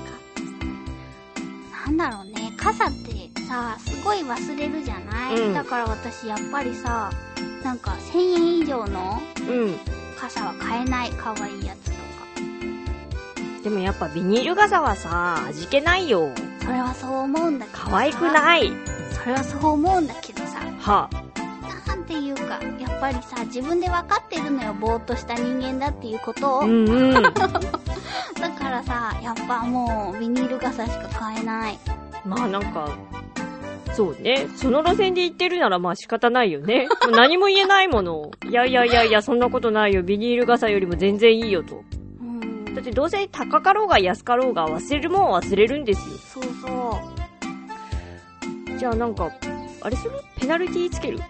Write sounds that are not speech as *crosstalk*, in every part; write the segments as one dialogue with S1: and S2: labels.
S1: なんだろうね傘ってさすごい忘れるじゃない、
S2: うん
S1: だから私やっぱりさなんか1000円以上の
S2: う
S1: 傘は買えないかわいいやつとか
S2: ん。でもやっぱビニール傘はさ、味気ないよ。
S1: それはそう思うんだけどさ
S2: 可愛くない。
S1: それはそう思うんだけどさ
S2: はあ、
S1: なんていうかやっぱりさ自分で分かってるのよぼーっとした人間だっていうことを、
S2: うん *laughs* うん。
S1: だからさやっぱもうビニール傘しか買えない
S2: まあなんか、そうね。その路線で行ってるならまあ仕方ないよね。もう何も言えないもの。いやいやいやいや、そんなことないよ。ビニール傘よりも全然いいよと。
S1: うん
S2: だってどうせ高かろうが安かろうが忘れるもんは忘れるんですよ。
S1: そうそう
S2: じゃあなんか、あれするペナルティーつける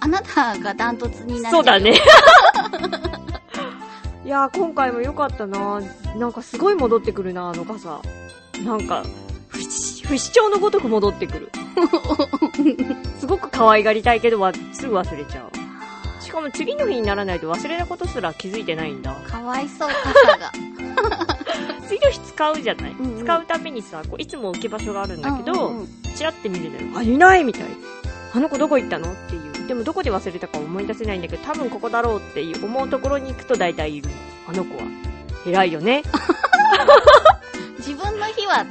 S1: あなたがダントツになっちゃ
S2: そうだね。 *laughs* いやー今回も良かったななんかすごい戻ってくるなあの傘。なんか、不死、不死鳥のごとく戻ってく *laughs* る。すごく可愛がりたいけどわ、すぐ忘れちゃう。しかも次の日にならないと忘れたことすら気づいてないんだ。
S1: かわいそう傘が
S2: 次の日使うじゃない、
S1: うんうん
S2: 使うためにさ、こういつも置き場所がある *laughs* んだけど、
S1: うんうんうん
S2: チラって見るのよ。あ、いないみたいな。あの子どこ行ったのっていう。でもどこで忘れたか思い出せないんだけど、多分ここだろうっていう思うところに行くと大体いる。あの子は。偉いよね。
S1: 自分の日は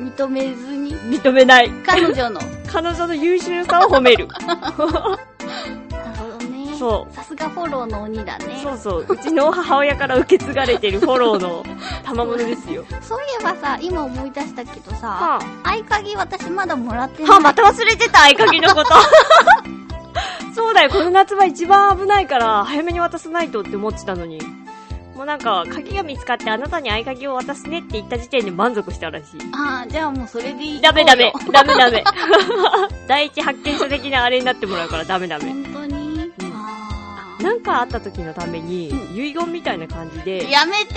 S1: 認めずに
S2: 認めない。
S1: 彼女の
S2: 彼女の優秀さを褒める。
S1: なるほどね
S2: そう
S1: さすがフォローの鬼だね
S2: そうそう。うちの母親から受け継がれてるフォローの賜物ですよ。
S1: そういえばさ今思い出したけどさ
S2: はあ、
S1: 合鍵私まだもらってない、
S2: はあ、また忘れてた、合鍵のこと。 *laughs* そうだよ、この夏は一番危ないから、早めに渡さないとって思ってたのに。もうなんか、鍵が見つかってあなたに合鍵を渡すねって言った時点で満足したらしい。
S1: ああ、じゃあもうそれでいい。
S2: ダメダメ、ダメダメ。 *laughs* 第一発見者的なあれになってもらうからダメダメ。
S1: 本当に、
S2: うん
S1: あ
S2: なんかあった時のために、
S1: う
S2: 遺言みたいな感じ
S1: あ。
S2: で、
S1: やめて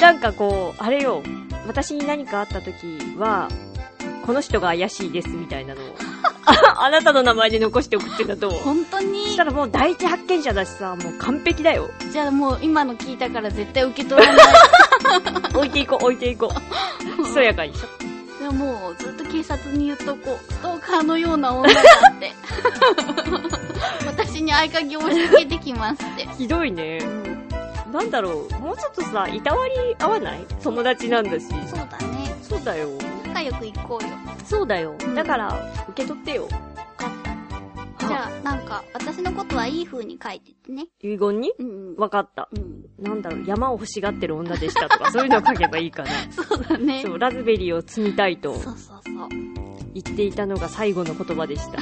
S2: なんかこう、あれよ、私に何かあった時は、この人が怪しいですみたいなのを、 *laughs* あなたの名前で残しておくってのと、そ
S1: 本当に
S2: したらもう第一発見者だしさ、もう完璧だよ。
S1: じゃあもう今の聞いたから絶対受け取らない。
S2: 置いていこう、置いていこう。ひそやかに。
S1: いやもうずっと警察に言っとこう。ストーカーのような女だ *laughs* って。私に合鍵を押し付けてきますって。
S2: ひどいね。
S1: うん、
S2: なんだろう、もうちょっとさ、いたわり合わない友達なんだし。
S1: そうだね。
S2: そうだよ。
S1: 仲良く行こうよ。
S2: そうだよ
S1: うん。
S2: だから、受け取ってよ。
S1: かった。じゃあ、なんか、私のことはいい風に書いてってね。
S2: 遺言に
S1: うん。
S2: わかった。
S1: うん。
S2: なんだろう、山を欲しがってる女でしたとか、そういうのを書けばいいかな。
S1: そうだね。
S2: そう、ラズベリーを積みたいと
S1: そうそうそう。
S2: 言っていたのが最後の言葉でした。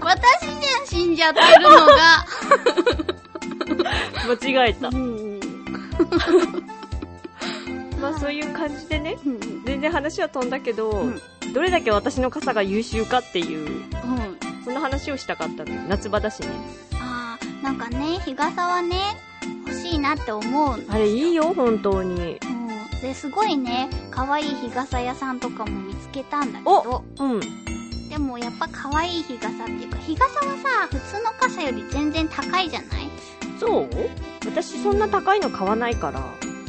S1: 私じゃん死んじゃってるのが。
S2: 間違え
S1: *laughs*
S2: た。
S1: ん。
S2: まあそういう感じでね、
S1: うん。うん。
S2: 全然話は飛んだけど、
S1: うん
S2: どれだけ私の傘が優秀かっていう、そんな話をしたかったのよ。夏場だしね。
S1: あー、なんかね、日傘はね、欲しいなって思うの。
S2: あれいいよ、本当に。
S1: うん。で、すごいね、可愛い日傘屋さんとかも見つけたんだけど、
S2: うん。
S1: でもやっぱ可愛い日傘っていうか、日傘はさ、普通の傘より全然高いじゃない
S2: そう私そんな高いの買わないから。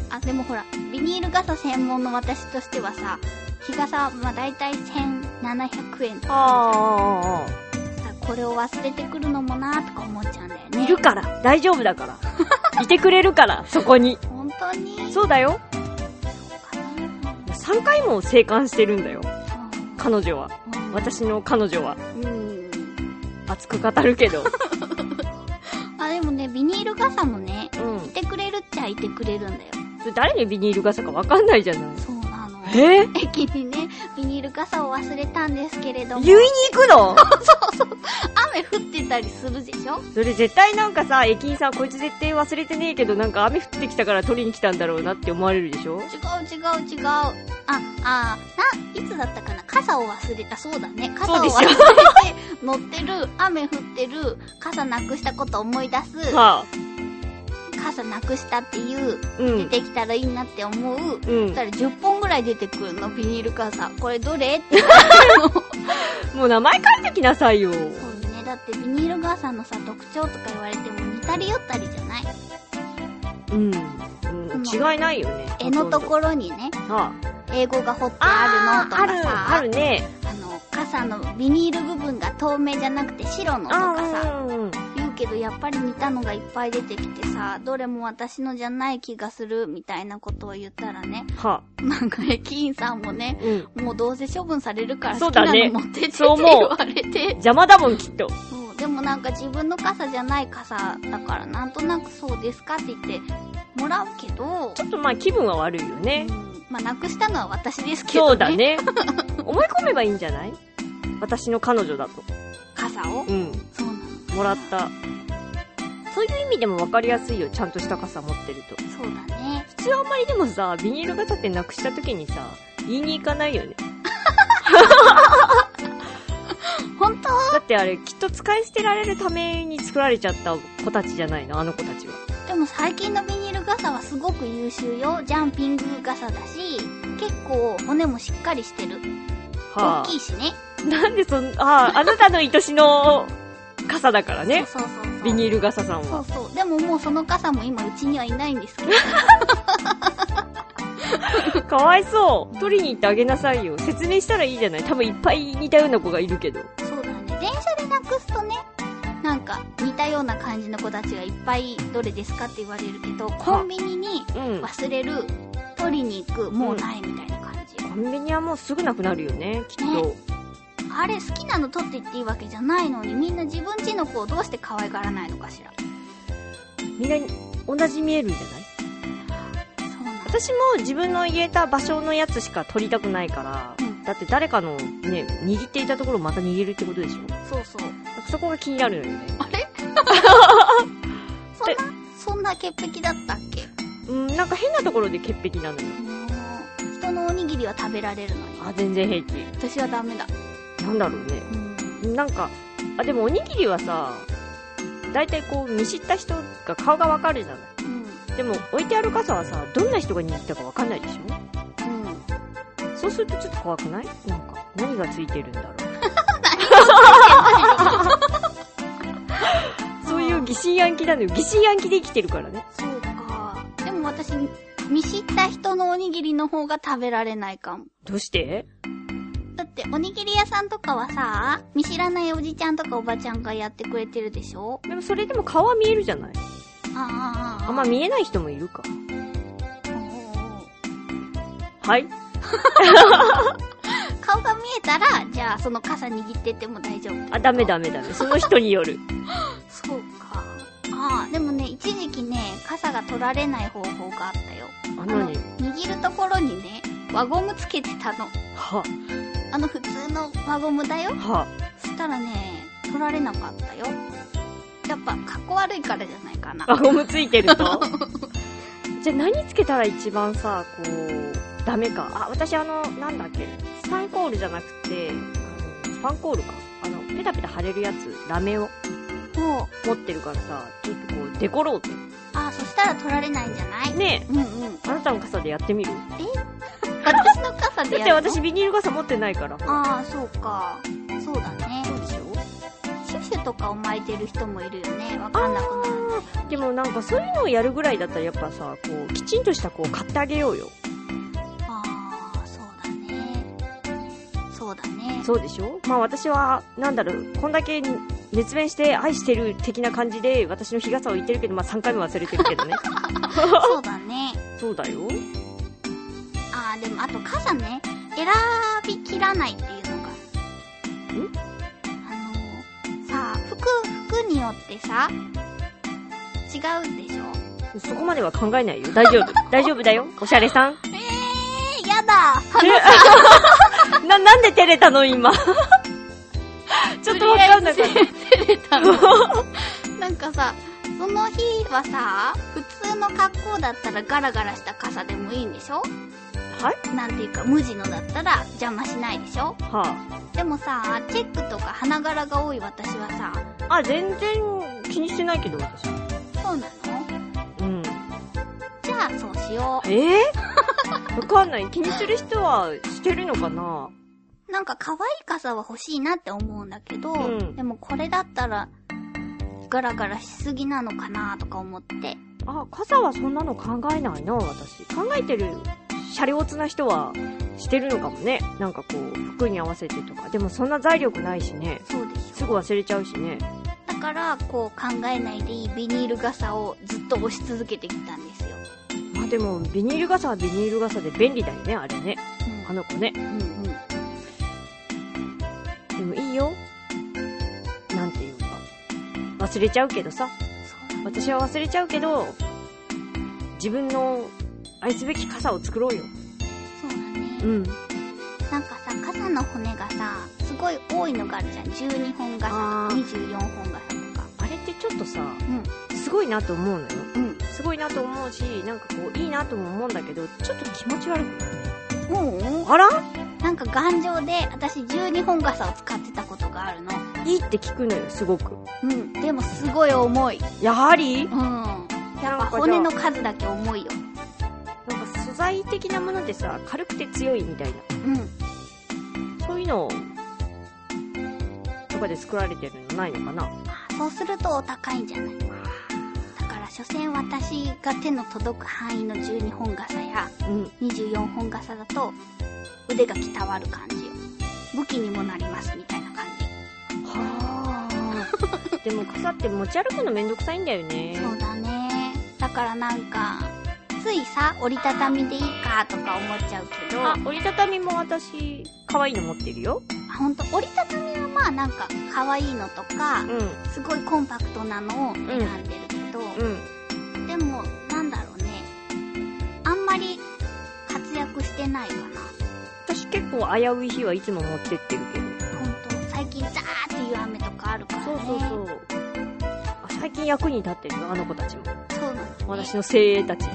S1: あ、でもほら、ビニール傘専門の私としてはさ、日傘はまあ大体1700円とか
S2: ああ、
S1: じゃんこれを忘れてくるのもなーとか思っちゃうんだよね。
S2: いるから。大丈夫だ *laughs* から。いてくれるから、そこに。
S1: 本当に
S2: そうだよ。
S1: かな
S2: 3回も生還してるんだよ。
S1: う
S2: 彼女は。
S1: ん
S2: 私の彼女は。
S1: うん
S2: 熱く語るけ *laughs* ど。
S1: あでもねビニール傘もね
S2: うん。
S1: いてくれるっちゃいてくれるんだよ
S2: それ誰にビニール傘かわかんないじゃない。
S1: そうなの
S2: えー、
S1: 駅にねビニール傘を忘れたんですけれども
S2: 言いに行くの *laughs*
S1: 雨降ってたりするでしょ
S2: それ絶対なんかさ、駅員さんこいつ絶対忘れてねえけどなんか雨降ってきたから取りに来たんだろうなって思われるでし
S1: 違う
S2: ょ
S1: 違う違うああないつだったかな傘を忘れたそうだね傘を忘
S2: そう
S1: れ
S2: で
S1: て乗ってる雨降ってる傘なくしたこと思い出す
S2: はあ。
S1: 傘なくしたっていう
S2: う
S1: 出
S2: ん。
S1: てきたらいいなって思う
S2: う
S1: そ
S2: ん
S1: し。たら10本ぐらい出てくるの、ビニール傘。これどれって。
S2: もう名前書いてきなさいよ。
S1: そうね。だってビニール傘のさ、特徴とか言われても似たり寄ったりじゃない
S2: うん。うん、違いないよね。
S1: 絵のところにね、
S2: ろ。はあ。
S1: 英語が彫ってある
S2: あー
S1: のと
S2: あ
S1: か
S2: る、
S1: さ、
S2: あるね。
S1: あの、傘のビニール部分が透明じゃなくて白のと
S2: あ
S1: かさ、
S2: ーうん。
S1: 言うけどやっぱり似たのがいっぱい出てきてさ、どれも私のじゃない気がするみたいなことを言ったらね、 *laughs*
S2: は
S1: なんか駅員さんもね
S2: あ。、うん。
S1: もうどうせ処分されるから
S2: そ
S1: 好
S2: う
S1: きな
S2: だね
S1: の持ってってって
S2: そう
S1: 言
S2: 思う
S1: われて、
S2: 邪魔だもん、きっと。
S1: そうでもなんか自分の傘じゃない傘だからなんとなくそうですかって言ってもらうけど、
S2: ちょっとまあ気分は悪いよね。
S1: うんまあなくしたのは私ですけど、ね、
S2: そう
S1: *laughs*
S2: だね。思い込めばいいんじゃない私の彼女だと。
S1: 傘を、
S2: うん。
S1: そうな
S2: もらった。そういう意味でも分かりやすいよ。ちゃんとした傘持ってると。
S1: のそうだね
S2: 普通あんまりでもさ、ビニール傘ってなくした時にさ、言いに行かないよね。
S1: 本当
S2: だってあれ、きっと使い捨てられるために作られちゃった子たちじゃないの、あの子たちは。
S1: でも最近のビニール傘はすごく優秀よジャンピング傘だし結構骨もしっかりしてる大
S2: は
S1: きいしね
S2: あ、なんでそん、 *laughs* ああ、あなたの愛しの傘だからね。
S1: そうそうそうそう
S2: ビニール傘さん
S1: そう
S2: は。
S1: そうでももうその傘も今うちにはいないんですけど
S2: かわいそう。取りに行ってあげなさいよ。説明したらいいじゃない。多分いっぱい似たような子がいるけど。
S1: そうだね電車でなくすとねなんか似たような感じの子たちがいっぱいどれですかって言われるけどコンビニに
S2: うん。
S1: 忘れる取りに行くもうないみたいな感じ、
S2: コンビニはもうすぐなくなるよね、きっと
S1: ね。あれ好きなの取っていっていいわけじゃないのにみんな自分ちの子をどうして可愛がらないのかしら
S2: みんな同じ見えるんじゃない
S1: そうなんだ
S2: 私も自分の入れた場所のやつしか取りたくないから、
S1: うん
S2: だって誰かのね、握っていたところをまた握るってことでしょ
S1: そうそう
S2: なんかそこが気になるのよね。
S1: あれそんなそんな潔癖だったっけ
S2: うん、なんか変なところで潔癖なのよ。
S1: もう人のおにぎりは食べられるのに
S2: あ、全然平
S1: 私はダメだ
S2: 気。なんだろうね。
S1: うん
S2: なんか、あ、でもおにぎりはさ、大体こう見知った人が顔がわかるじゃない。
S1: *laughs* うん
S2: でも置いてある傘はさ、どんな人が握ったかわかんないでし
S1: うん
S2: ょそうするとちょっと怖くないなんか、何がついてるんだろう。そういう疑心暗鬼なのよ。疑心暗鬼で生きてるからね。
S1: そうか。でも私、見知った人のおにぎりの方が食べられないかも。
S2: どうして
S1: だって、おにぎり屋さんとかはさ、見知らないおじちゃんとかおばちゃんがやってくれてるでしょ
S2: でもそれでも顔は見えるじゃない
S1: ああ。
S2: あんま
S1: み。
S2: 見えない人もいるか。
S1: おーおー
S2: はい。
S1: 顔が見えたら、じゃあその傘握ってっても大丈夫ってこと
S2: あ、ダメダ。メダメ。その人による。
S1: そうか。ああ、でもね、一時期ね、傘が取られない方法があったよ。
S2: あ、
S1: あの、
S2: 何
S1: 握るところにね、輪ゴムつけてたの。
S2: は、
S1: あの、普通の輪ゴムだよ。
S2: は。
S1: そしたらね、取られなかったよ。やっぱ、格好悪いからじゃないかな。
S2: 輪ゴムついてると *laughs* じゃあ何つけたら一番さこうダメかあ私あのなんだっけスパンコールじゃなくてあのスパンコールかあのペタペタ貼れるやつラメを
S1: もう、
S2: 持ってるからさちょっとこうデコろうって
S1: ああ、そしたら取られないんじゃない
S2: ね
S1: うんうん。
S2: えあなたの傘でやってみるだ
S1: 私の傘で
S2: っ
S1: やる
S2: て
S1: の
S2: *laughs* 私ビニール傘持ってないから
S1: ああ、そうか。そうだね。
S2: うでしょ
S1: シュシュとかを巻いてる人もいるよね。わかんなくなる。
S2: でもなんかそういうのをやるぐらいだったらやっぱさこうきちんとしたこう買ってあげようよ
S1: ああ、そうだね。そうだね。
S2: そうでしょまあ私は、なんだろう、こんだけ熱弁して愛してる的な感じで私の日傘を言ってるけど、まあ3回も忘れてるけどね。
S1: そうだね。
S2: *laughs* そうだよ。
S1: ああ、でもあと傘ね、選びきらないっていうのが。あの、さあ、服、服によってさ、違うでしょ
S2: そこまでは考えないよ。大丈夫。大丈夫だよ。おしゃれさん。
S1: えー、やだ *laughs*
S2: *laughs* な、なんで照れたの今。 *laughs* ちょっとわかんなかっ
S1: とりあえず照れた
S2: *laughs*
S1: の。
S2: た。
S1: なんかさ、その日はさ、普通の格好だったらガラガラした傘でもいいんでしょ
S2: はい
S1: なんていうか、無地のだったら邪魔しないでしょ
S2: は
S1: でもさ、チェックとか花柄が多い私はさ、
S2: あ、あ、全然気にしてないけど、私。
S1: そうなの
S2: うん。
S1: じゃあ、そうしよ
S2: えー *laughs* わかんない。気にする人はしてるのかな
S1: う。なんか可愛い傘は欲しいなって思うんだけど、
S2: うん
S1: でもこれだったら、ガラガラしすぎなのかなとか思って。
S2: あ、傘はそんなの考えないな、私。考えてる、車両つな人は、してるのかもね。なんかこう、服に合わせてとか。でもそんな財力ないしね。
S1: そうでし
S2: すぐ忘れちゃうしね。
S1: ょ。だから、こう考えないでいいビニール傘をずっと押し続けてきたんですよ。
S2: まあでも、ビニール傘はビニール傘で便利だよね、あれね。
S1: うん
S2: あの子ね。
S1: うんうん。
S2: でもいいよ。なんていうか。忘れちゃうけどさ。
S1: そう
S2: 私は忘れちゃうけど、自分の愛すべき傘を作ろうよ。
S1: そうだね。
S2: うん。
S1: なんかさ、傘の骨がさ、すごい多いのがあるじゃん。12本傘とか
S2: あー
S1: 24本傘とか。
S2: あれってちょっとさ、
S1: うん。
S2: すごいなと思うのよ。
S1: うん。
S2: すごいなと思うし、なんかこう、いいなとも思うんだけど、ちょっと気持ち悪く
S1: もう
S2: あら
S1: なんか頑丈で、私12本傘を使ってたことがあるの。
S2: いいって聞くのよ、すごく。
S1: うん。でもすごい重い。
S2: やはり
S1: うん。やっぱ骨の数だけ重いよ。
S2: なんか素材的なものでさ、軽くて強いみたい
S1: うん。
S2: な。そういうのとかで作られてるのないのかな
S1: あそうするとお高いんじゃないだから、所詮私が手の届く範囲の12本傘や、
S2: うん。
S1: 24本傘だと腕がきたわる感じよ武器にもなりますみたいな感じ
S2: はあ。でも傘って持ち歩くのめんどくさいんだよね。
S1: そうだねだからなんかついさ折りたたみでいいかとか思っちゃうけど
S2: あ
S1: あ、
S2: 折りたたみも私、可愛いの持ってるよ。
S1: ほんと折りたたみはまあなんか可愛いのとか
S2: うん。
S1: すごいコンパクトなのを選んでるけど、
S2: うん。
S1: でもなんだろうねあんまり活躍してないかな
S2: 私結構危うい日はいつも持ってってるけど。
S1: ほんと最近ザーっていう雨とかあるからね
S2: そうそうそう。あ最近役に立ってるよ、あの子たちも。
S1: そうなんだね
S2: 私の精鋭たち。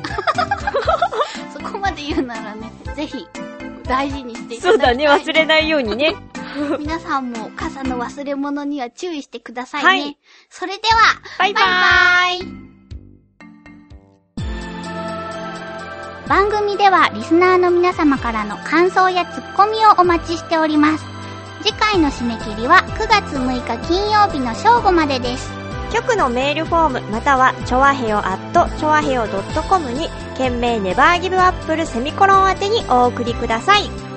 S1: そこまで言うならね、ぜひ、大事にしていた
S2: そ
S1: だ
S2: う
S1: きた
S2: だ
S1: い。
S2: ね、忘れないようにね。
S1: 皆さんも傘の忘れ物には注意してくださいね。
S2: はい
S1: それでは、
S2: バイバ
S1: イバイ番組ではリスナーの皆様からの感想やツッコミをお待ちしております。次回の締め切りは9月6日金曜日の正午までです。
S2: 局のメールフォーム、または、ちょわへよ at、ちょわへよ .com に、件名ネバーギブアップルセミコロン宛てにお送りください。